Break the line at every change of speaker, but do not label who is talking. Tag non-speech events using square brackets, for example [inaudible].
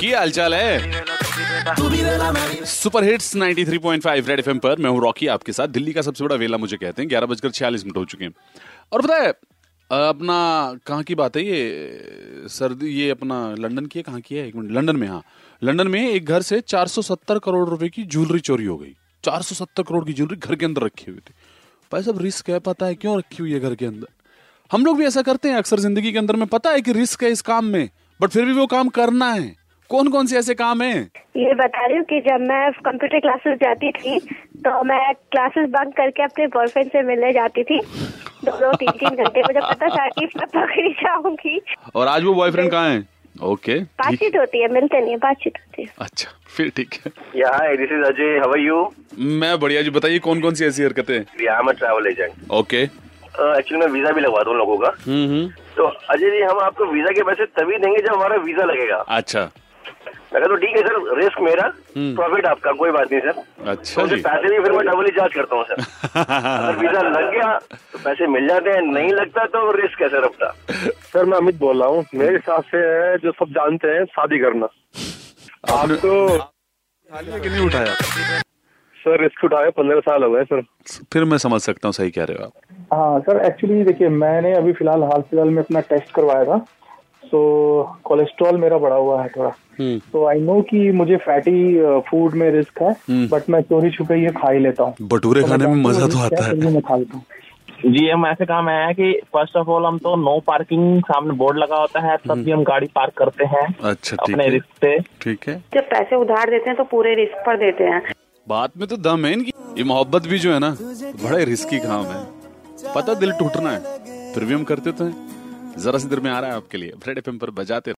की हालचाल है सुपर हिट्स 93.5 रेड एफएम पर मैं हूं रॉकी आपके साथ दिल्ली का सबसे बड़ा वेला मुझे कहते हैं ग्यारह बजकर छियालीस मिनट हो चुके हैं और पता है अ, अपना कहाँ की बात है ये सर्दी ये अपना लंदन की है कहाँ की है एक मिनट लंदन में हाँ लंदन में एक घर से 470 करोड़ रुपए की ज्वेलरी चोरी हो गई 470 करोड़ की ज्वेलरी घर के अंदर रखी हुई थी भाई साहब रिस्क है पता है क्यों रखी हुई है घर के अंदर हम लोग भी ऐसा करते हैं अक्सर जिंदगी के अंदर में पता है कि रिस्क है इस काम में बट फिर भी वो काम करना है कौन कौन से ऐसे काम हैं
ये बता रही हूँ कि जब मैं कंप्यूटर क्लासेस जाती थी तो मैं क्लासेस बंक करके अपने बॉयफ्रेंड से मिलने जाती थी दोनों तीन तीन घंटे मुझे पता था कि मैं पकड़ी जाऊंगी
और आज वो बॉयफ्रेंड कहाँ है ओके ठीक
बातचीत होती है मिलते नहीं है, बातचीत होती है
अच्छा फिर ठीक है
Yeah, hi, this is Ajay. How are you?
मैं बढ़िया जी बताइए कौन कौन सी ऐसी हरकतें
Yeah, I'm a travel agent.
Okay
actually मैं वीजा भी लगवा दूं लोगों का तो अजय जी हम आपको वीजा के पैसे तभी देंगे जब हमारा वीजा लगेगा
अच्छा
मैं कहा तो ठीक है सर रिस्क मेरा प्रॉफिट आपका कोई बात नहीं सर
हम्म। अच्छा
तो
जी
फिर पैसे भी फिर मैं डबल ही चार्ज करता हूँ सर
[laughs]
अगर वीजा लग गया तो पैसे मिल जाते हैं नहीं लगता तो रिस्क है सर अपना
सर मैं अमित बोल रहा हूँ मेरे हिसाब से है जो सब जानते हैं शादी करना
आपने
तो
थाली के नहीं उठाया
सर इसको उठाए पंद्रह साल हो गए सर
फिर मैं समझ सकता हूँ सही कह रहे हो आप
हाँ सर एक्चुअली देखिए मैंने अभी फिलहाल हाल फिलहाल में अपना टेस्ट करवाया था सो कोलेस्ट्रॉल मेरा बढ़ा हुआ है थोड़ा तो आई नो कि मुझे फैटी फूड में रिस्क
हम्म।
है बट मैं चोरी छुपे ये खा ही लेता हूँ
भटूरे खाने में मजा तो आता
फिर भी
है
मैं खा लेता हूँ
जी हम ऐसे काम आया है कि फर्स्ट ऑफ ऑल हम तो नो पार्किंग सामने बोर्ड लगा होता है तब भी हम गाड़ी पार्क करते हैं
हम्म। अच्छा ठीक
अपने
है
रिस्क पे
ठीक है
जब पैसे उधार देते हैं तो पूरे रिस्क पर देते हैं
बात में तो दम है इनकी ये मोहब्बत भी जो है ना बड़े रिस्की काम है पता दिल टूटना है फिर भी हम करते तो हैं जरा सी देर में आ रहा है आपके लिए रेड एफएम पर बजाते रहो।